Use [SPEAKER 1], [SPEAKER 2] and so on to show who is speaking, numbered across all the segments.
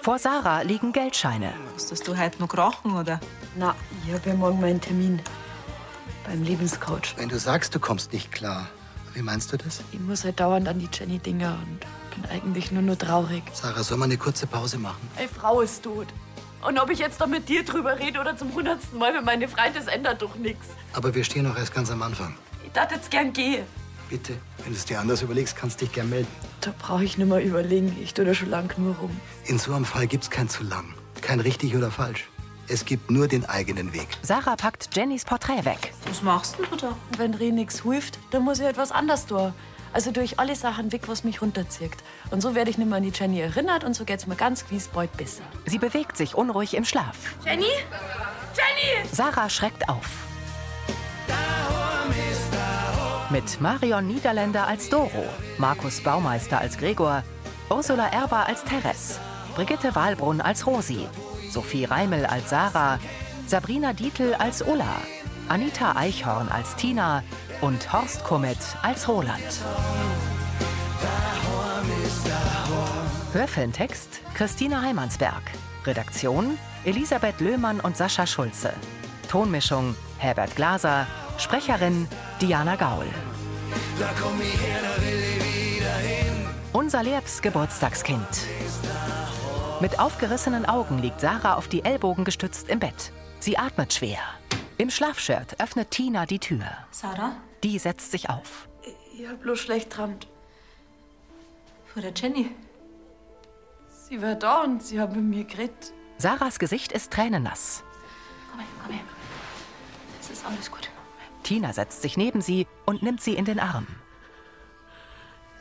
[SPEAKER 1] Vor Sarah liegen Geldscheine.
[SPEAKER 2] Musstest du heute noch krachen, oder?
[SPEAKER 3] Na, ich habe ja morgen meinen Termin. Beim Lebenscoach.
[SPEAKER 4] Wenn du sagst, du kommst nicht klar, wie meinst du das?
[SPEAKER 3] Ich muss halt dauernd an die Jenny Dinger und bin eigentlich nur nur traurig.
[SPEAKER 4] Sarah, soll man eine kurze Pause machen?
[SPEAKER 3] Eine Frau ist tot. Und ob ich jetzt da mit dir drüber rede oder zum hundertsten Mal mit meinen Freunden, das ändert doch nichts.
[SPEAKER 4] Aber wir stehen noch erst ganz am Anfang.
[SPEAKER 3] Ich darf jetzt gern gehen.
[SPEAKER 4] Bitte, wenn du es dir anders überlegst, kannst du dich gern melden.
[SPEAKER 3] Da brauche ich nicht mehr überlegen. Ich tue da schon lang nur rum.
[SPEAKER 4] In so einem Fall gibt's kein zu lang, kein richtig oder falsch. Es gibt nur den eigenen Weg.
[SPEAKER 1] Sarah packt Jennys Porträt weg.
[SPEAKER 2] Was machst du denn da?
[SPEAKER 3] Wenn Reh nichts hilft, dann muss ich etwas anderes tun. Also durch alle Sachen weg, was mich runterzieht. Und so werde ich nicht mehr an die Jenny erinnert und so geht's mir ganz wie es bald besser.
[SPEAKER 1] Sie bewegt sich unruhig im Schlaf.
[SPEAKER 5] Jenny? Jenny!
[SPEAKER 1] Sarah schreckt auf. Mit Marion Niederländer als Doro, Markus Baumeister als Gregor, Ursula Erber als Teres, Brigitte Wahlbrunn als Rosi, Sophie Reimel als Sarah, Sabrina Dietl als Ulla, Anita Eichhorn als Tina und Horst Kummet als Roland. Hörfilmtext Christina Heimansberg. Redaktion Elisabeth Löhmann und Sascha Schulze. Tonmischung Herbert Glaser. Sprecherin Diana Gaul. Unser Lerbs Geburtstagskind. Mit aufgerissenen Augen liegt Sarah auf die Ellbogen gestützt im Bett. Sie atmet schwer. Im Schlafshirt öffnet Tina die Tür.
[SPEAKER 2] Sarah?
[SPEAKER 1] Die setzt sich auf.
[SPEAKER 3] Ich hab bloß schlecht geträumt.
[SPEAKER 2] Von der Jenny.
[SPEAKER 3] Sie war da und sie hat mit mir geredet.
[SPEAKER 1] Sarahs Gesicht ist tränennass.
[SPEAKER 2] Komm her, komm her. Es ist alles gut.
[SPEAKER 1] Tina setzt sich neben sie und nimmt sie in den Arm.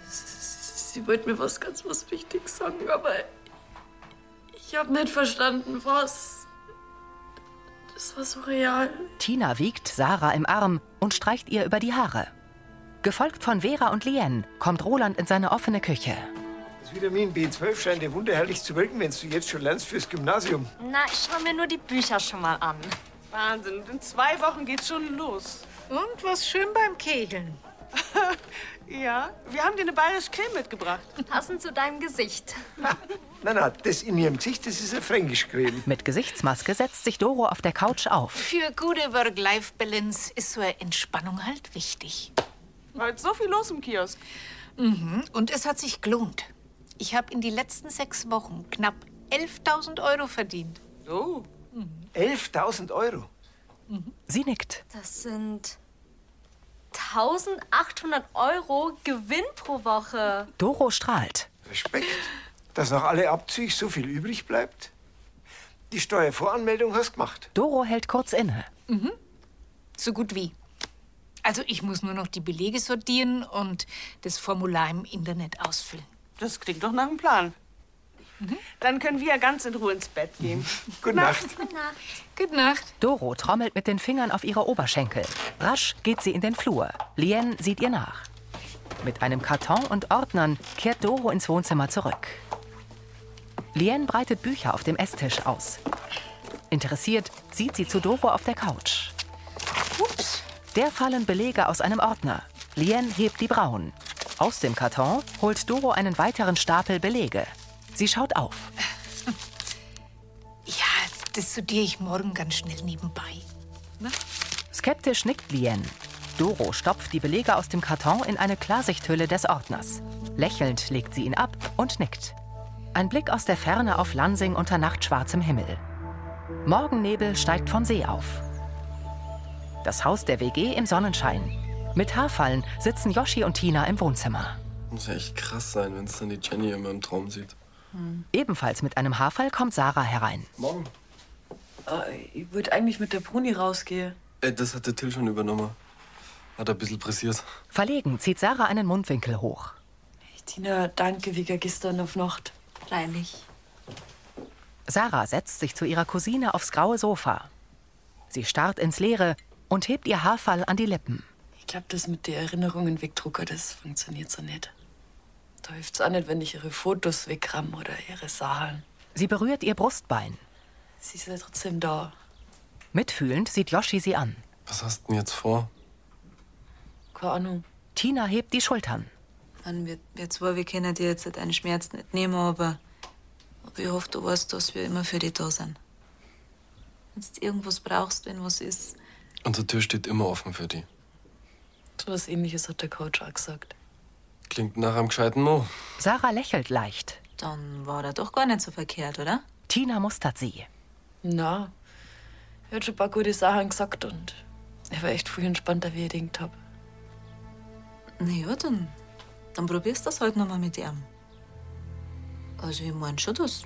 [SPEAKER 3] Sie wollte mir was ganz was Wichtiges sagen, aber ich hab nicht verstanden, was. Das war so real.
[SPEAKER 1] Tina wiegt Sarah im Arm und streicht ihr über die Haare. Gefolgt von Vera und Lien kommt Roland in seine offene Küche.
[SPEAKER 6] Das Vitamin B12 scheint dir wunderherrlich zu wirken, wenn du jetzt schon lernst fürs Gymnasium.
[SPEAKER 5] Na, ich schau mir nur die Bücher schon mal an.
[SPEAKER 7] Wahnsinn, in zwei Wochen geht's schon los.
[SPEAKER 8] Und was schön beim Kegeln.
[SPEAKER 7] ja, wir haben dir eine bayerische Creme mitgebracht.
[SPEAKER 5] Passend zu deinem Gesicht.
[SPEAKER 6] Nein, nein, das in ihrem Gesicht, das ist eine Fränkischcreme.
[SPEAKER 1] Mit Gesichtsmaske setzt sich Doro auf der Couch auf.
[SPEAKER 8] Für gute Work-Life-Balance ist so eine Entspannung halt wichtig.
[SPEAKER 7] War jetzt so viel los im Kiosk.
[SPEAKER 8] Mhm, und es hat sich gelohnt. Ich habe in den letzten sechs Wochen knapp 11.000 Euro verdient.
[SPEAKER 7] Oh,
[SPEAKER 6] 11.000 Euro.
[SPEAKER 1] Sie nickt.
[SPEAKER 5] Das sind 1800 Euro Gewinn pro Woche.
[SPEAKER 1] Doro strahlt.
[SPEAKER 6] Respekt, dass nach alle Abzüge so viel übrig bleibt. Die Steuervoranmeldung hast gemacht.
[SPEAKER 1] Doro hält kurz inne.
[SPEAKER 8] So gut wie. Also ich muss nur noch die Belege sortieren und das Formular im Internet ausfüllen.
[SPEAKER 7] das klingt doch nach einem Plan.
[SPEAKER 9] Mhm.
[SPEAKER 7] Dann können wir ja ganz in Ruhe ins Bett gehen.
[SPEAKER 6] Gute Nacht.
[SPEAKER 8] Gute Nacht.
[SPEAKER 1] Doro trommelt mit den Fingern auf ihre Oberschenkel. Rasch geht sie in den Flur. Lien sieht ihr nach. Mit einem Karton und Ordnern kehrt Doro ins Wohnzimmer zurück. Lien breitet Bücher auf dem Esstisch aus. Interessiert sieht sie zu Doro auf der Couch.
[SPEAKER 8] Ups.
[SPEAKER 1] Der fallen Belege aus einem Ordner. Lien hebt die Brauen. Aus dem Karton holt Doro einen weiteren Stapel Belege. Sie schaut auf.
[SPEAKER 8] Ja, das sortiere ich morgen ganz schnell nebenbei.
[SPEAKER 1] Skeptisch nickt Lien. Doro stopft die Belege aus dem Karton in eine Klarsichthülle des Ordners. Lächelnd legt sie ihn ab und nickt. Ein Blick aus der Ferne auf Lansing unter nachtschwarzem Himmel. Morgennebel steigt vom See auf. Das Haus der WG im Sonnenschein. Mit Haarfallen sitzen Yoshi und Tina im Wohnzimmer.
[SPEAKER 10] Muss ja echt krass sein, wenn es dann die Jenny immer im Traum sieht.
[SPEAKER 1] Ebenfalls mit einem Haarfall kommt Sarah herein.
[SPEAKER 10] Morgen.
[SPEAKER 3] Äh,
[SPEAKER 2] ich würde eigentlich mit der Bruni rausgehen.
[SPEAKER 10] Ey, das hat der Till schon übernommen. Hat ein bisschen pressiert.
[SPEAKER 1] Verlegen zieht Sarah einen Mundwinkel hoch.
[SPEAKER 3] Tina, danke wegen gestern auf Nacht.
[SPEAKER 2] Freilich.
[SPEAKER 1] Sarah setzt sich zu ihrer Cousine aufs graue Sofa. Sie starrt ins Leere und hebt ihr Haarfall an die Lippen.
[SPEAKER 3] Ich glaube, das mit den Erinnerungen wegdrucker, das funktioniert so nicht. Da hilft's auch nicht, wenn ich ihre Fotos wegramm oder ihre Sachen.
[SPEAKER 1] Sie berührt ihr Brustbein.
[SPEAKER 3] Sie ist ja trotzdem da.
[SPEAKER 1] Mitfühlend sieht Yoshi sie an.
[SPEAKER 10] Was hast du denn jetzt vor?
[SPEAKER 3] Keine Ahnung.
[SPEAKER 1] Tina hebt die Schultern.
[SPEAKER 2] Dann wir, wir zwei, wir können dir jetzt halt deinen Schmerz nicht nehmen, aber Aber ich hoffe, du weißt, dass wir immer für dich da sind. Wenn du irgendwas brauchst, wenn was ist.
[SPEAKER 10] Unsere Tür steht immer offen für die.
[SPEAKER 3] So was ähnliches hat der Coach auch gesagt.
[SPEAKER 10] Klingt nach einem gescheiten Mo.
[SPEAKER 1] Sarah lächelt leicht.
[SPEAKER 2] Dann war er doch gar nicht so verkehrt, oder?
[SPEAKER 1] Tina mustert sie.
[SPEAKER 3] Na, er hat schon ein paar gute Sachen gesagt und er war echt viel entspannter, wie ich gedacht habe.
[SPEAKER 2] Na ja, dann, dann probierst du das halt nochmal mit ihm. Also, ich meine schon, dass,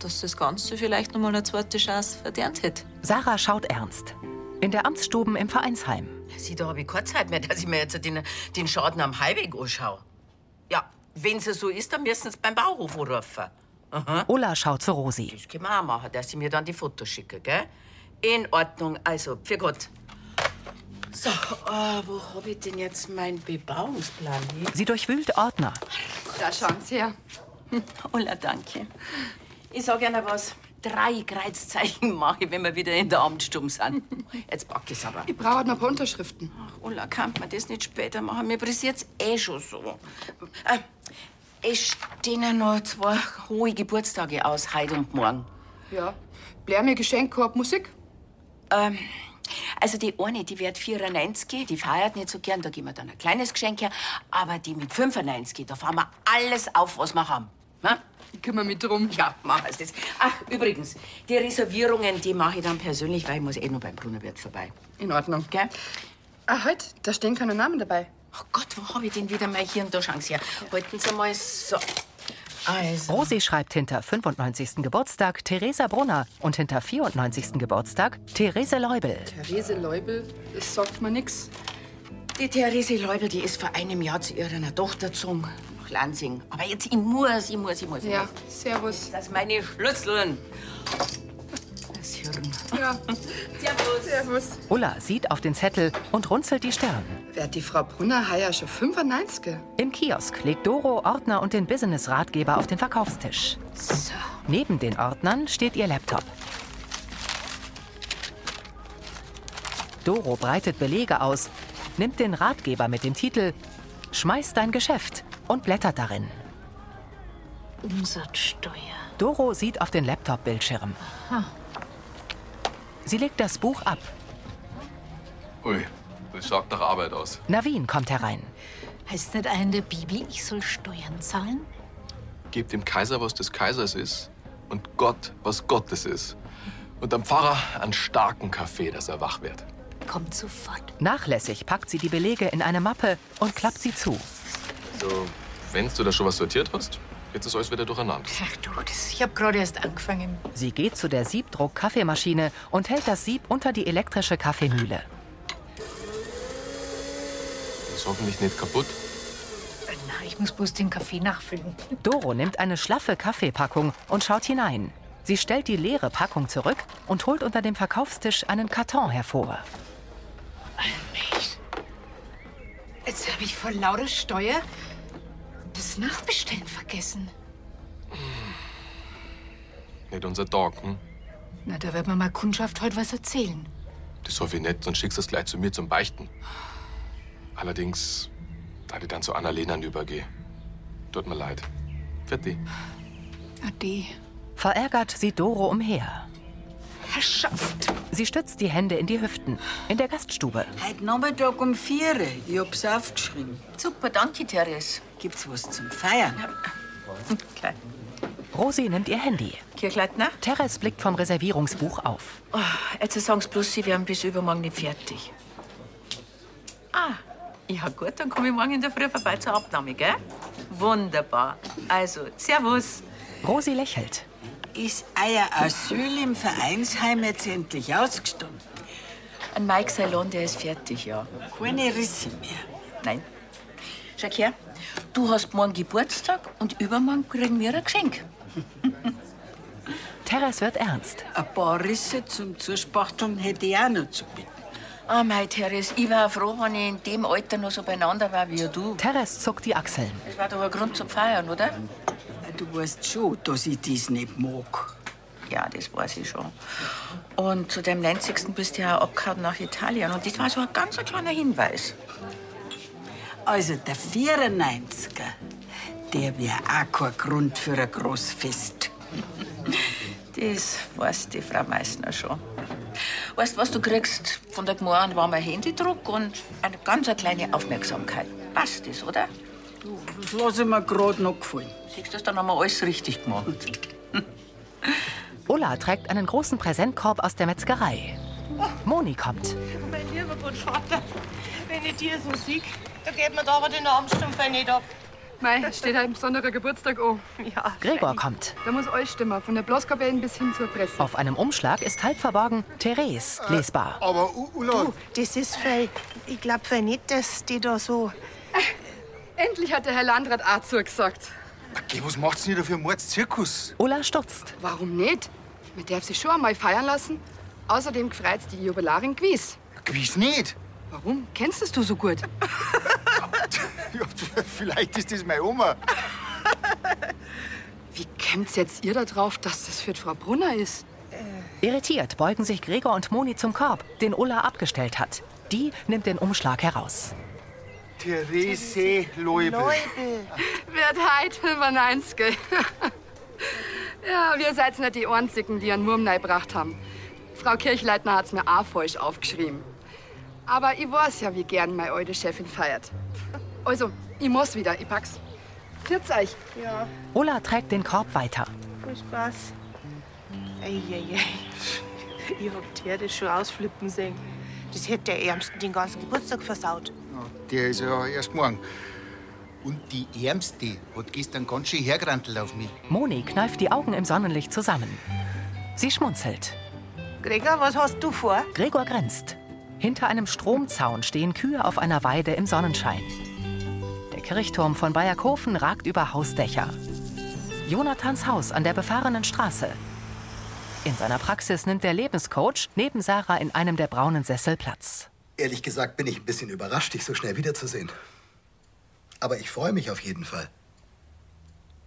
[SPEAKER 2] dass das Ganze vielleicht nochmal eine zweite Chance verdient hätte.
[SPEAKER 1] Sarah schaut ernst. In der Amtsstuben im Vereinsheim.
[SPEAKER 9] Sieh, da habe ich keine Zeit mehr, dass ich mir jetzt den, den Schaden am Highweg anschaue. Ja, wenn es so ist, dann müssen sie beim Bauhof anrufen.
[SPEAKER 1] Ulla schaut zu Rosi.
[SPEAKER 9] Das können wir auch machen, dass sie mir dann die Fotos schicken, gell? In Ordnung, also, für Gott. So,
[SPEAKER 5] Oh,
[SPEAKER 9] äh, wo habe ich denn jetzt meinen Bebauungsplan hin?
[SPEAKER 1] Sie durchwühlt Ordner.
[SPEAKER 9] Da schauen Sie her. Ulla, danke. Ich sag gerne was. Drei Kreuzzeichen mache ich, wenn wir wieder in der Amtsstube sind. Jetzt pack ich's aber.
[SPEAKER 5] Ich brauche halt noch ein paar Unterschriften.
[SPEAKER 9] Ach, Ulla, kann man das nicht später machen? Mir pressiert's eh schon so. Äh, es stehen ja noch zwei hohe Geburtstage aus, heute und morgen.
[SPEAKER 5] Ja. Blär mir Geschenk gehabt, Musik?
[SPEAKER 9] Ähm, also die eine, die wird 94, die feiert nicht so gern, da geben wir dann ein kleines Geschenk her. Aber die mit 95, da fahren wir alles auf, was wir haben. Ne? Ich kümmere mich drum. Ja, mach es das. Ach, übrigens, die Reservierungen, die mache ich dann persönlich, weil ich muss eh nur beim Brunnerwirt vorbei.
[SPEAKER 5] In Ordnung.
[SPEAKER 9] Gell?
[SPEAKER 5] Ah, heute, da stehen keine Namen dabei.
[SPEAKER 9] Oh Gott, wo habe ich denn wieder mal hier und da Chance her? Halt. Halten Sie mal so.
[SPEAKER 1] Rosi schreibt hinter 95. Geburtstag Theresa Brunner und hinter 94. Geburtstag Therese Leubel.
[SPEAKER 5] Therese Leubel, das sagt mir nix.
[SPEAKER 9] Die Therese Leubel, die ist vor einem Jahr zu ihrer Tochter gezogen nach Lansing. Aber jetzt, ich muss, ich muss, ich muss. ich
[SPEAKER 5] Ja,
[SPEAKER 9] muss.
[SPEAKER 5] servus.
[SPEAKER 9] Das meine Schlüsseln. Das Hirn.
[SPEAKER 5] Ja.
[SPEAKER 9] servus.
[SPEAKER 5] Servus.
[SPEAKER 1] Ulla sieht auf den Zettel und runzelt die Stirn.
[SPEAKER 5] Wird die Frau Brunner heuer schon 95?
[SPEAKER 1] Im Kiosk legt Doro Ordner und den Business-Ratgeber auf den Verkaufstisch. Neben den Ordnern steht ihr Laptop. Doro breitet Belege aus, nimmt den Ratgeber mit dem Titel Schmeiß dein Geschäft und blättert darin.
[SPEAKER 8] Umsatzsteuer.
[SPEAKER 1] Doro sieht auf den Laptop-Bildschirm.
[SPEAKER 8] Ha.
[SPEAKER 1] Sie legt das Buch ab.
[SPEAKER 11] Ui, das schaut nach Arbeit aus.
[SPEAKER 1] Navin kommt herein.
[SPEAKER 8] Heißt nicht einer in der Bibel, ich soll Steuern zahlen?
[SPEAKER 11] Gebt dem Kaiser, was des Kaisers ist, und Gott, was Gottes ist. Und am Pfarrer einen starken Kaffee, dass er wach wird.
[SPEAKER 8] Kommt sofort.
[SPEAKER 1] Nachlässig packt sie die Belege in eine Mappe und klappt sie zu.
[SPEAKER 11] So, wenn du da schon was sortiert hast, jetzt ist alles wieder durcheinander.
[SPEAKER 8] Ach du, das, ich habe gerade erst angefangen.
[SPEAKER 1] Sie geht zu der Siebdruck-Kaffeemaschine und hält das Sieb unter die elektrische Kaffeemühle.
[SPEAKER 11] Ist hoffentlich nicht kaputt.
[SPEAKER 8] Na, ich muss bloß den Kaffee nachfüllen.
[SPEAKER 1] Doro nimmt eine schlaffe Kaffeepackung und schaut hinein. Sie stellt die leere Packung zurück und holt unter dem Verkaufstisch einen Karton hervor.
[SPEAKER 8] Jetzt habe ich vor lauter Steuer das Nachbestellen vergessen.
[SPEAKER 11] Nicht unser Dog, hm?
[SPEAKER 8] Na, da wird mir mal Kundschaft heute was erzählen.
[SPEAKER 11] Das hoffe ich nicht, sonst schickst du es gleich zu mir zum Beichten. Allerdings, da ich dann zu Annalena übergehe. Tut mir leid. Fertig.
[SPEAKER 8] Ade.
[SPEAKER 1] Verärgert sieht Doro umher.
[SPEAKER 12] Herrschaft!
[SPEAKER 1] Sie stützt die Hände in die Hüften. In der Gaststube.
[SPEAKER 12] Heute Nachmittag um vier. Ich hab's aufgeschrieben.
[SPEAKER 9] Super, danke, Therese.
[SPEAKER 12] Gibt's was zum Feiern?
[SPEAKER 9] Klar.
[SPEAKER 1] Rosi nimmt ihr Handy.
[SPEAKER 9] Kirchleitner?
[SPEAKER 1] Teres blickt vom Reservierungsbuch auf.
[SPEAKER 9] Oh, jetzt sagen Sie bloß, Sie wären bis übermorgen nicht fertig. Ah, ja gut, dann komme ich morgen in der Früh vorbei zur Abnahme, gell? Wunderbar. Also, Servus.
[SPEAKER 1] Rosi lächelt.
[SPEAKER 12] Ist euer Asyl im Vereinsheim jetzt endlich ausgestanden?
[SPEAKER 9] Ein Mike Salon, der ist fertig, ja.
[SPEAKER 12] Keine Risse mehr.
[SPEAKER 9] Nein. Schau her, du hast morgen Geburtstag und übermorgen kriegen wir ein Geschenk.
[SPEAKER 1] Teres wird ernst.
[SPEAKER 12] Ein paar Risse zum Zuspachteln hätte ich auch noch zu bieten.
[SPEAKER 9] Ah, mein Therese, ich war froh, wenn ich in dem Alter noch so beieinander war wie du.
[SPEAKER 1] Teres zuckt die Achseln.
[SPEAKER 9] Das war doch ein Grund zum Feiern, oder?
[SPEAKER 12] Du weißt schon, dass ich das nicht mag.
[SPEAKER 9] Ja, das weiß ich schon. Und zu dem 90. bist du ja abgehauen nach Italien. Und das war so ein ganz ein kleiner Hinweis.
[SPEAKER 12] Also der 94er, der wäre auch kein Grund für ein Großfest.
[SPEAKER 9] Das weiß die Frau Meißner schon. Weißt du, was du kriegst? Von der Gmor an war mein Handydruck und eine ganz kleine Aufmerksamkeit. Passt das, oder?
[SPEAKER 12] Das lasse ich mir gerade noch gefallen.
[SPEAKER 9] Siehst du, das dann haben wir alles richtig gemacht.
[SPEAKER 1] Ulla trägt einen großen Präsentkorb aus der Metzgerei. Moni kommt.
[SPEAKER 7] Mein lieber Gott, Vater, wenn ich dir so sieg, da geht mir da aber den Abendstumpf nicht ab.
[SPEAKER 5] Mei, steht halt ein besonderer Geburtstag an. Ja.
[SPEAKER 1] Gregor kommt.
[SPEAKER 5] Da muss alles stimmen, von der Blaskapelle bis hin zur Presse.
[SPEAKER 1] Auf einem Umschlag ist halb verborgen Therese lesbar.
[SPEAKER 6] Aber Ulla.
[SPEAKER 7] Du, das ist voll. Ich glaub voll nicht, dass die da so.
[SPEAKER 5] Endlich hat der Herr Landrat auch zugesagt.
[SPEAKER 6] Geh, was macht's denn hier für einen Mordszirkus?
[SPEAKER 1] Ulla stutzt.
[SPEAKER 5] Warum nicht? Man darf sich schon einmal feiern lassen. Außerdem gefreut's die Jubilarin gewiss.
[SPEAKER 6] Gewiss nicht.
[SPEAKER 5] Warum? Kennst es du so gut?
[SPEAKER 6] Vielleicht ist das meine Oma.
[SPEAKER 5] Wie kämmt jetzt ihr da drauf, dass das für die Frau Brunner ist?
[SPEAKER 1] Irritiert beugen sich Gregor und Moni zum Korb, den Ulla abgestellt hat. Die nimmt den Umschlag heraus.
[SPEAKER 6] Therese Leubel.
[SPEAKER 5] Wird heit 95. ja, wir seid nicht die Einzigen, die einen Murm gebracht haben. Frau Kirchleitner hat's mir auch falsch aufgeschrieben. Aber ich weiß ja, wie gern meine alte Chefin feiert. Also, ich muss wieder, ich pack's. Grüß euch.
[SPEAKER 7] Ja,
[SPEAKER 1] Ulla trägt den Korb weiter.
[SPEAKER 7] viel Spaß. Eieiei. Ich hab die Herde schon ausflippen sehen. Das hätte der Ärmsten den ganzen Geburtstag versaut.
[SPEAKER 13] Der ist ja erst morgen. Und die Ärmste hat gestern ganz schön hergerantelt auf mich.
[SPEAKER 1] Moni kneift die Augen im Sonnenlicht zusammen. Sie schmunzelt.
[SPEAKER 7] Gregor, was hast du vor?
[SPEAKER 1] Gregor grinst. Hinter einem Stromzaun stehen Kühe auf einer Weide im Sonnenschein. Der Kirchturm von Bayerkofen ragt über Hausdächer. Jonathans Haus an der befahrenen Straße. In seiner Praxis nimmt der Lebenscoach neben Sarah in einem der braunen Sessel Platz.
[SPEAKER 4] Ehrlich gesagt bin ich ein bisschen überrascht, dich so schnell wiederzusehen. Aber ich freue mich auf jeden Fall.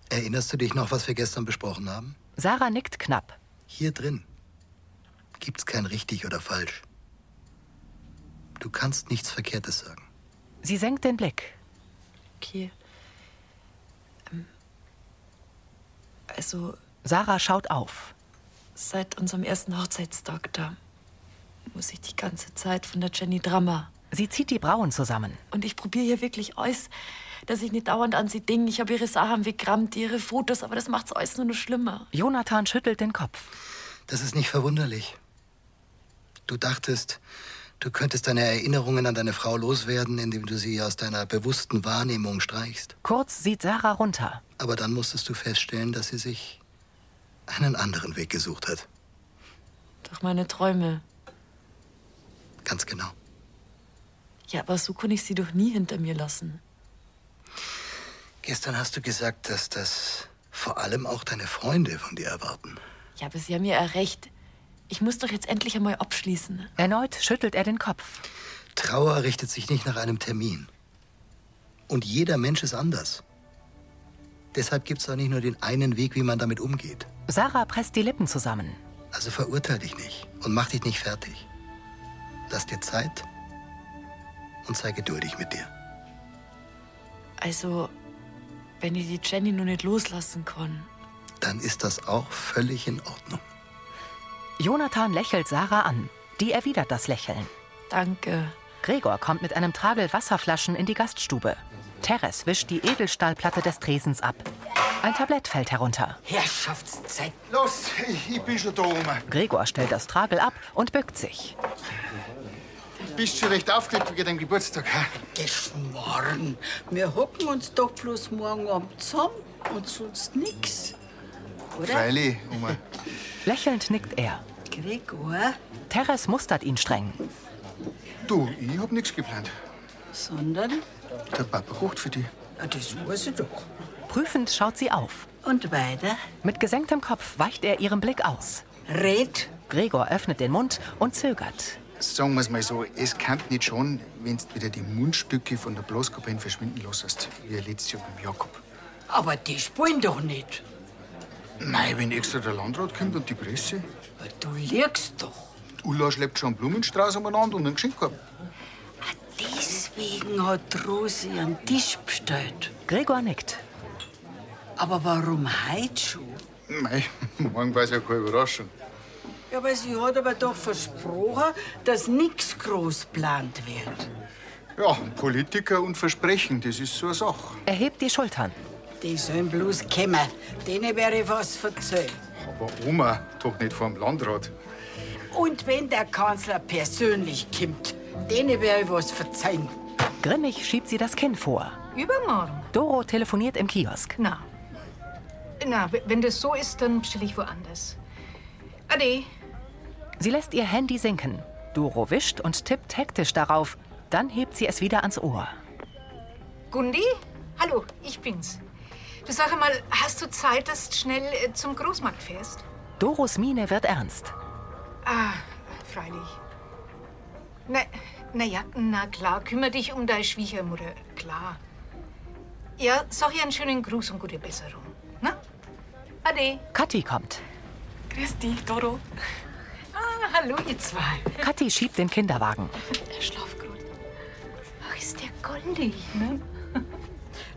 [SPEAKER 4] Erinnerst du dich noch, was wir gestern besprochen haben?
[SPEAKER 1] Sarah nickt knapp.
[SPEAKER 4] Hier drin gibt's kein richtig oder falsch. Du kannst nichts Verkehrtes sagen.
[SPEAKER 1] Sie senkt den Blick.
[SPEAKER 3] Okay. Ähm, Also,
[SPEAKER 1] Sarah schaut auf.
[SPEAKER 3] seit unserem ersten Hochzeitstag da muss ich die ganze Zeit von der Jenny Drama.
[SPEAKER 1] Sie zieht die Brauen zusammen.
[SPEAKER 3] Und ich probiere hier wirklich alles, dass ich nicht dauernd an sie ding. Ich habe ihre Sachen weggerammt, ihre Fotos, aber das macht's alles nur noch schlimmer.
[SPEAKER 1] Jonathan schüttelt den Kopf.
[SPEAKER 4] Das ist nicht verwunderlich. Du dachtest, du könntest deine Erinnerungen an deine Frau loswerden, indem du sie aus deiner bewussten Wahrnehmung streichst.
[SPEAKER 1] Kurz sieht Sarah runter.
[SPEAKER 4] Aber dann musstest du feststellen, dass sie sich einen anderen Weg gesucht hat.
[SPEAKER 3] Durch meine Träume.
[SPEAKER 4] Ganz genau.
[SPEAKER 3] Ja, aber so kann ich sie doch nie hinter mir lassen.
[SPEAKER 4] Gestern hast du gesagt, dass das vor allem auch deine Freunde von dir erwarten.
[SPEAKER 3] Ja, aber sie haben ja auch recht. Ich muss doch jetzt endlich einmal abschließen.
[SPEAKER 1] Erneut schüttelt er den Kopf.
[SPEAKER 4] Trauer richtet sich nicht nach einem Termin. Und jeder Mensch ist anders. Deshalb gibt es auch nicht nur den einen Weg, wie man damit umgeht.
[SPEAKER 1] Sarah presst die Lippen zusammen.
[SPEAKER 4] Also verurteil dich nicht und mach dich nicht fertig. Lass dir Zeit und sei geduldig mit dir.
[SPEAKER 3] Also, wenn ich die Jenny nur nicht loslassen kann.
[SPEAKER 4] Dann ist das auch völlig in Ordnung.
[SPEAKER 1] Jonathan lächelt Sarah an. Die erwidert das Lächeln.
[SPEAKER 3] Danke.
[SPEAKER 1] Gregor kommt mit einem Tragel Wasserflaschen in die Gaststube. Teres wischt die Edelstahlplatte des Tresens ab. Ein Tablett fällt herunter.
[SPEAKER 12] Herrschaftszeit.
[SPEAKER 6] Los, ich, ich bin schon da oben.
[SPEAKER 1] Gregor stellt das Tragel ab und bückt sich.
[SPEAKER 6] Bist schon recht aufgeregt wegen deinem Geburtstag. hä?
[SPEAKER 12] Geschmoren. Wir hocken uns doch bloß morgen Abend zusammen und sonst nix. Oder?
[SPEAKER 6] Freilich, Oma.
[SPEAKER 1] Lächelnd nickt er.
[SPEAKER 12] Gregor,
[SPEAKER 1] Teres mustert ihn streng.
[SPEAKER 6] Du, ich hab nichts geplant.
[SPEAKER 12] sondern?
[SPEAKER 6] Der Papa kocht für dich.
[SPEAKER 12] Ah, Das weiß ich doch.
[SPEAKER 1] Prüfend schaut sie auf.
[SPEAKER 12] Und weiter?
[SPEAKER 1] Mit gesenktem Kopf weicht er ihrem Blick aus.
[SPEAKER 12] Red.
[SPEAKER 1] Gregor öffnet den Mund und zögert.
[SPEAKER 6] Sagen wir's mal so, es kann nicht schon, wenn du wieder die Mundstücke von der Blaskapelle verschwinden lässt, wie letztes Jahr beim Jakob.
[SPEAKER 12] Aber die spielen doch nicht.
[SPEAKER 6] Nein, wenn extra der Landrat kommt und die Presse.
[SPEAKER 12] Du liegst doch.
[SPEAKER 6] Die Ulla schleppt schon einen Blumenstrauß umeinander und einen Geschenkkorb.
[SPEAKER 12] Deswegen hat Rosi einen Tisch bestellt.
[SPEAKER 1] Gregor nickt.
[SPEAKER 12] Aber warum heute schon?
[SPEAKER 13] Mei, morgen weiß ja keine Überraschung.
[SPEAKER 12] Ja, aber sie hat aber doch versprochen, dass nichts groß geplant wird.
[SPEAKER 13] Ja, Politiker und Versprechen, das ist so eine Sache.
[SPEAKER 1] Er hebt die Schultern.
[SPEAKER 12] Die sollen bloß kommen. Denen wäre was erzählt.
[SPEAKER 13] Aber Oma, doch nicht vor dem Landrat.
[SPEAKER 12] Und wenn der Kanzler persönlich kommt, denen wäre was verzeihen.
[SPEAKER 1] Grimmig schiebt sie das Kinn vor.
[SPEAKER 8] Übermorgen?
[SPEAKER 1] Doro telefoniert im Kiosk.
[SPEAKER 8] Na. Na, w- wenn das so ist, dann bestelle ich woanders. Ade.
[SPEAKER 1] Sie lässt ihr Handy sinken. Doro wischt und tippt hektisch darauf. Dann hebt sie es wieder ans Ohr.
[SPEAKER 8] Gundi? Hallo, ich bin's. Du sag mal, hast du Zeit, dass du schnell äh, zum Großmarkt fährst?
[SPEAKER 1] Doros Miene wird ernst.
[SPEAKER 8] Ah, freilich. Na, na ja, na klar, kümmere dich um deine Schwiegermutter, klar. Ja, sag ihr einen schönen Gruß und gute Besserung. Na? Ade.
[SPEAKER 1] Kathi kommt.
[SPEAKER 3] Christi, Doro.
[SPEAKER 8] Ah, hallo, ihr zwei.
[SPEAKER 1] Kathi schiebt den Kinderwagen.
[SPEAKER 8] Der Schlafgrund. Ach, ist der goldig, ne?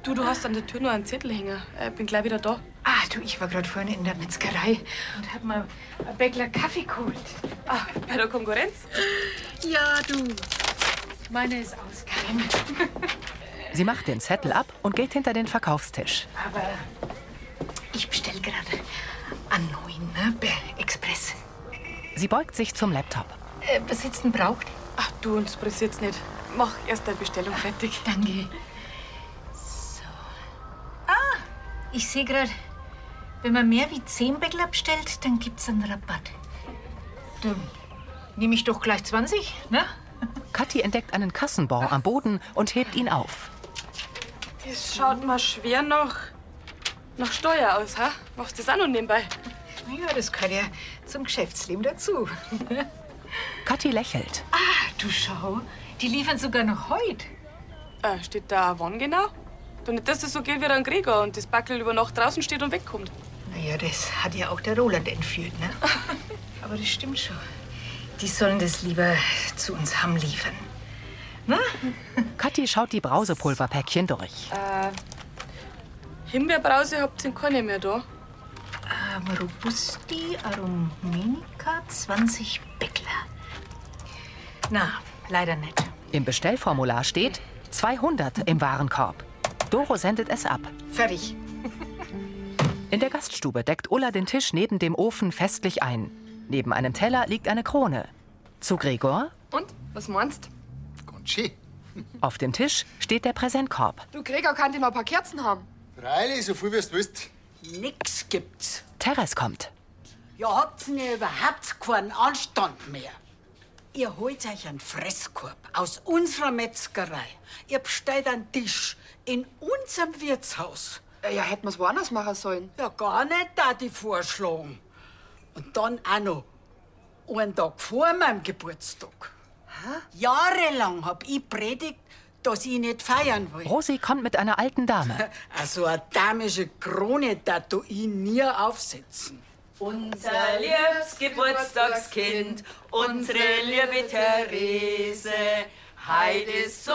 [SPEAKER 14] Du, du hast an der Tür nur einen Zettelhänger. Äh, bin gleich wieder da.
[SPEAKER 8] Ah, du, ich war gerade vorhin in der Metzgerei und hab mal ein Bäckler Kaffee geholt.
[SPEAKER 14] Ah, bei der Konkurrenz?
[SPEAKER 8] Ja, du. Meine ist ausgegangen.
[SPEAKER 1] Sie macht den Zettel ab und geht hinter den Verkaufstisch.
[SPEAKER 8] Aber ich bestell gerade einen neuen, ne? Per Express.
[SPEAKER 1] Sie beugt sich zum Laptop.
[SPEAKER 8] Äh, was jetzt denn braucht?
[SPEAKER 14] Ach, du, uns bringst jetzt nicht. Mach erst deine Bestellung fertig.
[SPEAKER 8] Danke. Ah, ich sehe gerade, wenn man mehr wie 10 Bäckler bestellt, dann gibt's einen Rabatt. Dann nehme ich doch gleich 20, ne?
[SPEAKER 1] Kathi entdeckt einen Kassenbon am Boden und hebt ihn auf.
[SPEAKER 14] Das schaut mal schwer nach, nach Steuer aus, ha? Machst du das auch noch nebenbei?
[SPEAKER 8] Ja, das gehört ja zum Geschäftsleben dazu.
[SPEAKER 1] Kathi lächelt.
[SPEAKER 8] ah, du schau, die liefern sogar noch heute.
[SPEAKER 14] Äh, steht da auch wann genau? Du nicht, dass das so geht wie ein Gregor und das Backel über Nacht draußen steht und wegkommt.
[SPEAKER 8] Naja, das hat ja auch der Roland entführt, ne? Aber das stimmt schon. Die sollen das lieber zu uns haben liefern.
[SPEAKER 1] Kathi schaut die Brausepulverpäckchen durch.
[SPEAKER 14] Äh, Himbeerbrause habt ihr keine mehr da.
[SPEAKER 8] Ähm, Robusti Aromenica 20 Bäckler. Na, leider nicht.
[SPEAKER 1] Im Bestellformular steht 200 im Warenkorb. Doro sendet es ab.
[SPEAKER 8] Fertig.
[SPEAKER 1] In der Gaststube deckt Ulla den Tisch neben dem Ofen festlich ein. Neben einem Teller liegt eine Krone. Zu Gregor,
[SPEAKER 5] Und? Was meinst
[SPEAKER 13] Conchi.
[SPEAKER 1] auf dem Tisch steht der Präsentkorb.
[SPEAKER 5] du? Du Gregor kann dir noch ein paar Kerzen haben.
[SPEAKER 13] Freilich, so viel wie du willst.
[SPEAKER 12] Nix gibt's.
[SPEAKER 1] Teres kommt.
[SPEAKER 12] Ja, habt ihr überhaupt keinen Anstand mehr? Ihr holt euch einen Fresskorb aus unserer Metzgerei. Ihr bestellt einen Tisch in unserem Wirtshaus.
[SPEAKER 5] Äh, Ja, hätten wir's woanders machen sollen.
[SPEAKER 12] Ja, gar nicht, da die vorschlagen. Und dann auch noch einen Tag vor meinem Geburtstag. Jahrelang hab ich predigt, dass ich nicht feiern will.
[SPEAKER 1] Rosi kommt mit einer alten Dame.
[SPEAKER 12] Also eine damische Krone tatuieren nie aufsetzen.
[SPEAKER 15] Unser liebes Geburtstagskind, unsere liebe Therese. Heut ist so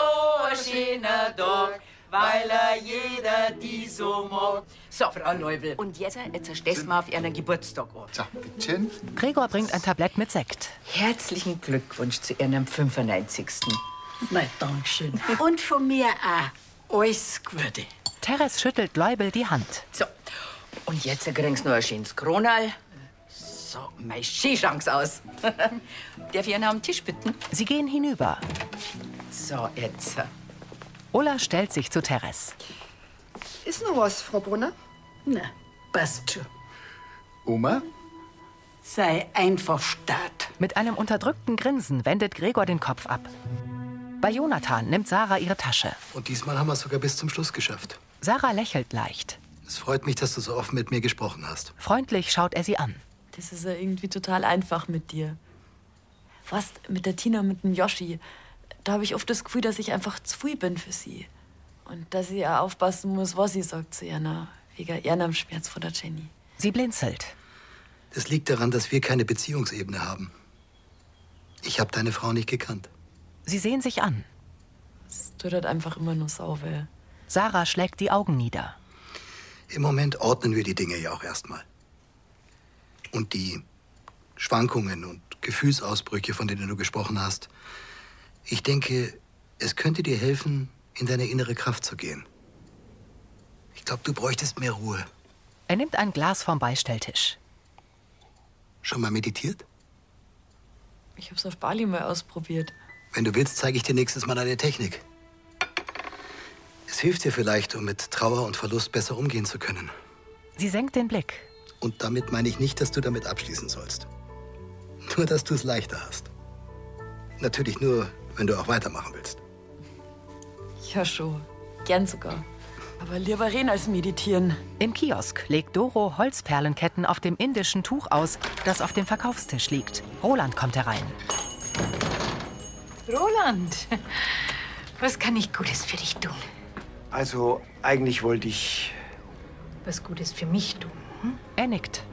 [SPEAKER 15] ein schöner Tag, weil er jeder die so mag.
[SPEAKER 9] So, Frau Leubel. Und jetzt, äh, jetzt stehst du mal auf Ihren Geburtstag an. So,
[SPEAKER 13] bitteschön.
[SPEAKER 1] Gregor bringt ein Tablett mit Sekt.
[SPEAKER 9] Herzlichen Glückwunsch zu Ihrem 95.
[SPEAKER 12] Na, Dankeschön. Und von mir auch. Alles Gute.
[SPEAKER 1] Teres schüttelt Leubel die Hand.
[SPEAKER 9] So, und jetzt kriegst du noch ein schönes Kronal. So, mein Skischanks aus. Darf ich einen am Tisch bitten?
[SPEAKER 1] Sie gehen hinüber.
[SPEAKER 9] So, jetzt.
[SPEAKER 1] Ulla stellt sich zu Teres.
[SPEAKER 5] Ist noch was, Frau Brunner?
[SPEAKER 12] Na, passt schon.
[SPEAKER 13] Oma?
[SPEAKER 12] Sei einfach stark.
[SPEAKER 1] Mit einem unterdrückten Grinsen wendet Gregor den Kopf ab. Bei Jonathan nimmt Sarah ihre Tasche.
[SPEAKER 4] Und diesmal haben wir es sogar bis zum Schluss geschafft.
[SPEAKER 1] Sarah lächelt leicht.
[SPEAKER 4] Es freut mich, dass du so offen mit mir gesprochen hast.
[SPEAKER 1] Freundlich schaut er sie an.
[SPEAKER 3] Das ist ja irgendwie total einfach mit dir. Was? Mit der Tina und mit dem Yoshi. Da habe ich oft das Gefühl, dass ich einfach zu früh bin für sie. Und dass ich auch aufpassen muss, was sie sagt zu Erna. Wegen Ehrenamtsschmerz von der Jenny.
[SPEAKER 1] Sie blinzelt.
[SPEAKER 4] Das liegt daran, dass wir keine Beziehungsebene haben. Ich habe deine Frau nicht gekannt.
[SPEAKER 1] Sie sehen sich an.
[SPEAKER 3] Es tut halt einfach immer nur sau weh.
[SPEAKER 1] Sarah schlägt die Augen nieder.
[SPEAKER 4] Im Moment ordnen wir die Dinge ja auch erstmal. und die Schwankungen und Gefühlsausbrüche, von denen du gesprochen hast. Ich denke, es könnte dir helfen, in deine innere Kraft zu gehen. Ich glaube, du bräuchtest mehr Ruhe.
[SPEAKER 1] Er nimmt ein Glas vom Beistelltisch.
[SPEAKER 4] Schon mal meditiert?
[SPEAKER 3] Ich habe es auf Bali mal ausprobiert.
[SPEAKER 4] Wenn du willst, zeige ich dir nächstes Mal eine Technik. Es hilft dir vielleicht, um mit Trauer und Verlust besser umgehen zu können.
[SPEAKER 1] Sie senkt den Blick.
[SPEAKER 4] Und damit meine ich nicht, dass du damit abschließen sollst. Nur, dass du es leichter hast. Natürlich nur, wenn du auch weitermachen willst.
[SPEAKER 3] Ja, schon. Gern sogar. Aber lieber reden als meditieren.
[SPEAKER 1] Im Kiosk legt Doro Holzperlenketten auf dem indischen Tuch aus, das auf dem Verkaufstisch liegt. Roland kommt herein.
[SPEAKER 8] Roland, was kann ich Gutes für dich tun?
[SPEAKER 6] Also, eigentlich wollte ich
[SPEAKER 8] Was Gutes für mich tun?
[SPEAKER 1] Er nickt.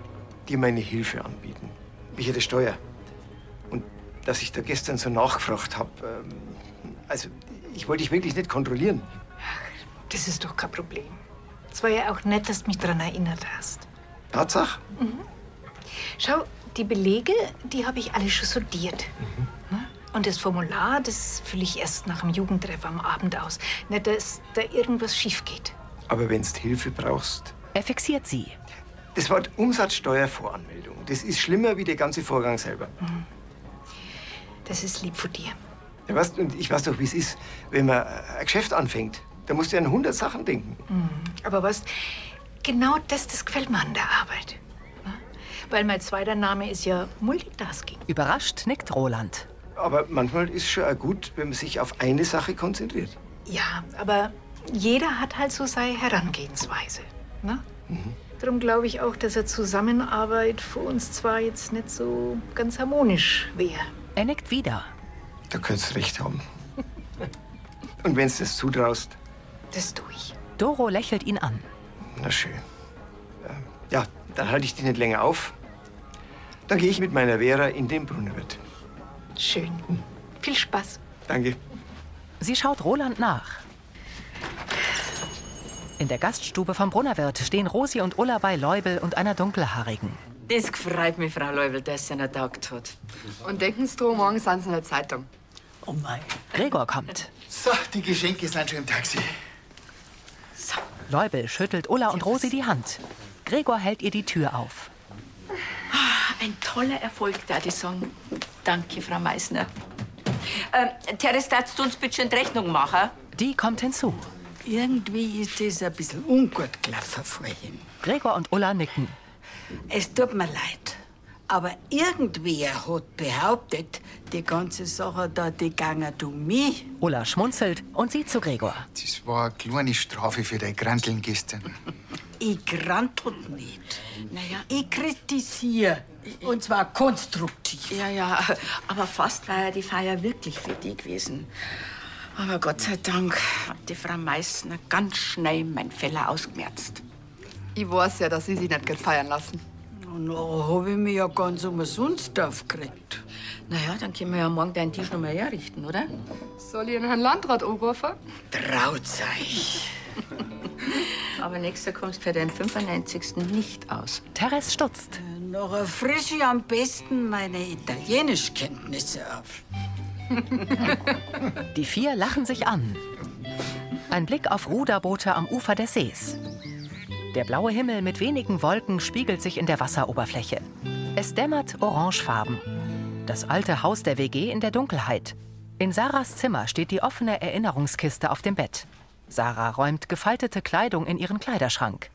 [SPEAKER 6] dir meine Hilfe anbieten. Wie der Steuer. Und dass ich da gestern so nachgefragt habe. Ähm, also, ich wollte dich wirklich nicht kontrollieren.
[SPEAKER 8] Das ist doch kein Problem. Es war ja auch nett, dass du mich daran erinnert hast.
[SPEAKER 6] Tatsache?
[SPEAKER 8] Mhm. Schau, die Belege, die habe ich alle schon sortiert. Ne? Und das Formular, das fülle ich erst nach dem Jugendtreff am Abend aus. Nicht, dass da irgendwas schief geht.
[SPEAKER 6] Aber wenn du Hilfe brauchst.
[SPEAKER 1] Er fixiert sie.
[SPEAKER 6] Das Wort Umsatzsteuervoranmeldung, das ist schlimmer wie der ganze Vorgang selber.
[SPEAKER 8] Das ist lieb von dir.
[SPEAKER 6] Ja, weißt, und ich weiß doch, wie es ist, wenn man äh, ein Geschäft anfängt. Da musst du an 100 Sachen denken.
[SPEAKER 8] Mhm. Aber was? Genau das, das gefällt mir an der Arbeit. Ne? Weil mein zweiter Name ist ja Multitasking.
[SPEAKER 1] Überrascht nickt Roland.
[SPEAKER 6] Aber manchmal ist es schon auch gut, wenn man sich auf eine Sache konzentriert.
[SPEAKER 8] Ja, aber jeder hat halt so seine Herangehensweise. Ne?
[SPEAKER 12] Mhm.
[SPEAKER 8] Darum glaube ich auch, dass eine Zusammenarbeit für uns zwar jetzt nicht so ganz harmonisch wäre.
[SPEAKER 1] Er nickt wieder.
[SPEAKER 6] Da könntest du recht haben. Und wenn du das zutraust,
[SPEAKER 8] Das tue ich.
[SPEAKER 1] Doro lächelt ihn an.
[SPEAKER 6] na schön. Ähm, Ja, dann halte ich dich nicht länger auf. Dann gehe ich mit meiner Vera in den Brunnenwirt.
[SPEAKER 8] Schön.
[SPEAKER 12] Mhm.
[SPEAKER 8] Viel Spaß.
[SPEAKER 6] Danke.
[SPEAKER 1] Sie schaut Roland nach. In der Gaststube vom Brunnerwirt stehen Rosi und Ulla bei Leubel und einer dunkelhaarigen.
[SPEAKER 15] Das freut mich, Frau Leubel, dass sie noch taugt hat.
[SPEAKER 5] Und denken Sie drum, morgen sind Sie in der Zeitung.
[SPEAKER 1] Oh mein. Gregor kommt.
[SPEAKER 13] So, die Geschenke sind schon im Taxi.
[SPEAKER 1] Leubel schüttelt Ulla und Rosi die Hand. Gregor hält ihr die Tür auf.
[SPEAKER 9] Ah, Ein toller Erfolg, da die Song. Danke, Frau Meissner. Ähm, Teres, darfst du uns bitte schon die Rechnung machen?
[SPEAKER 1] Die kommt hinzu.
[SPEAKER 9] Irgendwie ist das ein bisschen ungut gelaufen vorhin.
[SPEAKER 1] Gregor und Ulla nicken.
[SPEAKER 12] Es tut mir leid, aber irgendwer hat behauptet, die ganze Sache da, die gange um mich.
[SPEAKER 1] Ulla schmunzelt und sieht zu Gregor.
[SPEAKER 13] Das war eine kleine Strafe für dein Granteln gestern.
[SPEAKER 12] Ich grantelt nicht. Naja, ich kritisiere. Und zwar konstruktiv.
[SPEAKER 9] Ja, ja, aber fast war ja die Feier wirklich für die gewesen. Aber Gott sei Dank hat die Frau Meissner ganz schnell mein Fehler ausgemerzt.
[SPEAKER 5] Ich weiß ja, dass Sie sich nicht gern feiern lassen.
[SPEAKER 12] Und da habe ich mich ja ganz umsonst aufgeregt.
[SPEAKER 9] Naja, dann können wir ja morgen deinen Tisch nochmal herrichten, oder?
[SPEAKER 5] Soll ich Ihren Herrn Landrat anrufen?
[SPEAKER 9] Traut euch. aber nächster kommst für deinen 95. nicht aus.
[SPEAKER 1] Teres stutzt.
[SPEAKER 12] Nachher frische ich am besten meine Italienischkenntnisse auf.
[SPEAKER 1] Die vier lachen sich an. Ein Blick auf Ruderboote am Ufer des Sees. Der blaue Himmel mit wenigen Wolken spiegelt sich in der Wasseroberfläche. Es dämmert orangefarben. Das alte Haus der WG in der Dunkelheit. In Sarahs Zimmer steht die offene Erinnerungskiste auf dem Bett. Sarah räumt gefaltete Kleidung in ihren Kleiderschrank.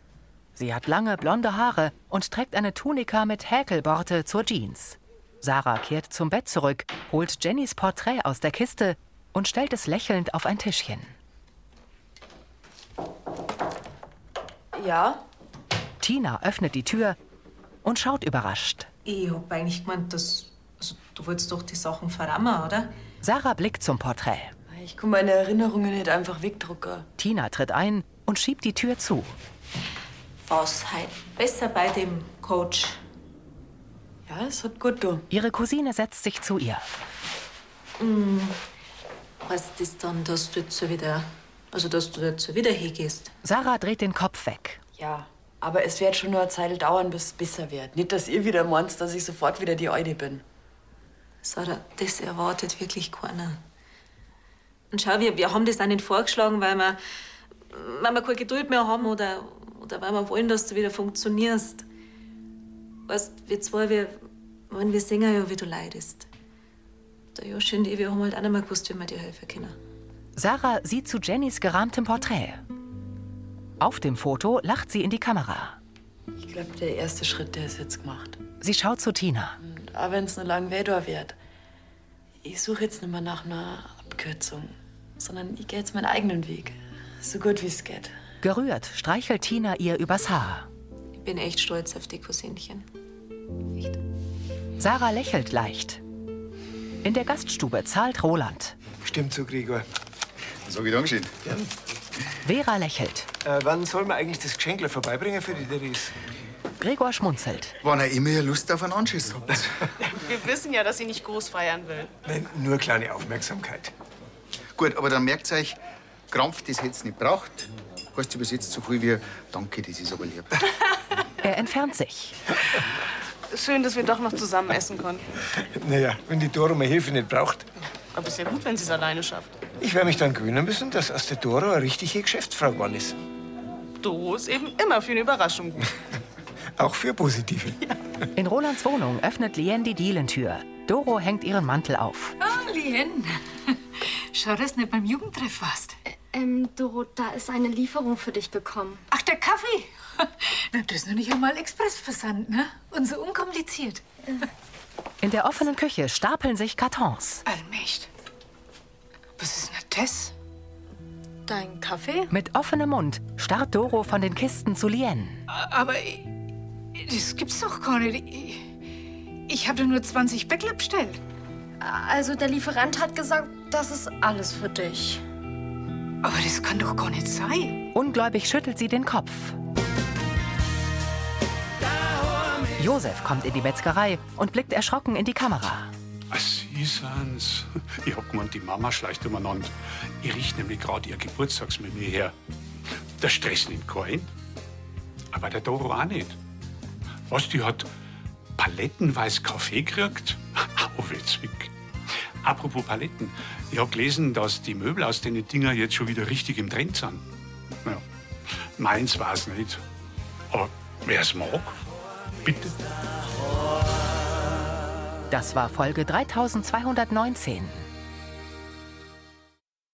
[SPEAKER 1] Sie hat lange blonde Haare und trägt eine Tunika mit Häkelborte zur Jeans. Sarah kehrt zum Bett zurück, holt Jennys Porträt aus der Kiste und stellt es lächelnd auf ein Tischchen.
[SPEAKER 3] Ja?
[SPEAKER 1] Tina öffnet die Tür und schaut überrascht.
[SPEAKER 2] Ich hab eigentlich gemeint, dass. Also, du wolltest doch die Sachen verrammen, oder?
[SPEAKER 1] Sarah blickt zum Porträt.
[SPEAKER 3] Ich kann meine Erinnerungen nicht einfach wegdrucken.
[SPEAKER 1] Tina tritt ein und schiebt die Tür zu.
[SPEAKER 2] Was halt besser bei dem Coach.
[SPEAKER 3] Ja, es hat gut du.
[SPEAKER 1] Ihre Cousine setzt sich zu ihr.
[SPEAKER 2] Hm. Heißt das dann, dass du jetzt so wieder. Also, dass du jetzt so wieder hingehst?
[SPEAKER 1] Sarah dreht den Kopf weg.
[SPEAKER 3] Ja. Aber es wird schon nur eine Zeit dauern, bis es besser wird. Nicht, dass ihr wieder meint, dass ich sofort wieder die Eude bin.
[SPEAKER 2] Sarah, das erwartet wirklich keiner. Und schau, wir, wir haben das auch nicht vorgeschlagen, weil wir, weil wir keine Geduld mehr haben oder, oder weil wir wollen, dass du wieder funktionierst. Weißt, wir zwei, wir, wollen wir singen ja, wie du leidest. Der Joshi und ich, wir haben halt auch nicht mehr gewusst, wie wir dir helfen können.
[SPEAKER 1] Sarah sieht zu Jennys gerahmtem Porträt. Auf dem Foto lacht sie in die Kamera.
[SPEAKER 3] Ich glaube, der erste Schritt, der ist jetzt gemacht.
[SPEAKER 1] Sie schaut zu Tina.
[SPEAKER 3] Und auch wenn es nur lang Vedor wird. Ich suche jetzt nicht mehr nach einer Abkürzung, sondern ich gehe jetzt meinen eigenen Weg. So gut wie es geht.
[SPEAKER 1] Gerührt streichelt Tina ihr übers Haar.
[SPEAKER 2] Ich bin echt stolz auf die Cousinchen.
[SPEAKER 1] Sarah lächelt leicht. In der Gaststube zahlt Roland.
[SPEAKER 6] Stimmt so, Gregor.
[SPEAKER 13] Sag ich Dankeschön.
[SPEAKER 1] Vera lächelt.
[SPEAKER 6] Äh, wann soll man eigentlich das Geschenkler vorbeibringen für die Therese?
[SPEAKER 1] Gregor schmunzelt.
[SPEAKER 13] Wann ihr immer Lust auf einen Anschiss habt.
[SPEAKER 16] Wir wissen ja, dass sie nicht groß feiern will.
[SPEAKER 13] Nein, nur kleine Aufmerksamkeit. Gut, aber dann merkt euch, Krampf, das hätt's nicht braucht. Heißt übersetzt so viel wie Danke, das ist aber lieb.
[SPEAKER 1] Er entfernt sich.
[SPEAKER 16] Schön, dass wir doch noch zusammen essen konnten.
[SPEAKER 6] Naja, wenn die Doro meine Hilfe nicht braucht.
[SPEAKER 16] Aber ist ja gut, wenn sie es alleine schafft.
[SPEAKER 6] Ich werde mich dann gewöhnen müssen, dass aus der Doro eine richtige Geschäftsfrau geworden ist.
[SPEAKER 16] Doro ist eben immer für eine Überraschung gut.
[SPEAKER 6] Auch für positive.
[SPEAKER 1] In Rolands Wohnung öffnet Lien die Dielentür. Doro hängt ihren Mantel auf.
[SPEAKER 17] Ah, Lien. Schau, dass du nicht beim Jugendtreff warst.
[SPEAKER 18] Ähm, Doro, da ist eine Lieferung für dich gekommen.
[SPEAKER 17] Ach, der Kaffee. Na, das ist noch nicht einmal Expressversand, ne? Und so unkompliziert.
[SPEAKER 1] In der offenen Küche stapeln sich Kartons.
[SPEAKER 17] Allmächt.
[SPEAKER 1] Was ist denn das?
[SPEAKER 18] Dein Kaffee?
[SPEAKER 1] Mit offenem Mund starrt Doro von den Kisten zu Lien.
[SPEAKER 17] Aber ich- das gibt's doch gar nicht. Ich, ich habe nur 20 Bäckler bestellt.
[SPEAKER 18] Also, der Lieferant hat gesagt, das ist alles für dich.
[SPEAKER 17] Aber das kann doch gar nicht sein.
[SPEAKER 1] Ungläubig schüttelt sie den Kopf. Josef kommt in die Metzgerei und blickt erschrocken in die Kamera.
[SPEAKER 19] Ah, Sie sind's. Ich hab gemeint, die Mama schleicht umeinander. Ich riech nämlich gerade ihr Geburtstagsmenü her. Der Stress nimmt keinen. Aber der Doro auch nicht. Was, die hat palettenweise Kaffee gekriegt? Au, witzig. Apropos Paletten. Ich hab gelesen, dass die Möbel aus den Dinger jetzt schon wieder richtig im Trend sind. Ja, meins war's nicht. Aber wer's mag, bitte.
[SPEAKER 1] Das war Folge 3219.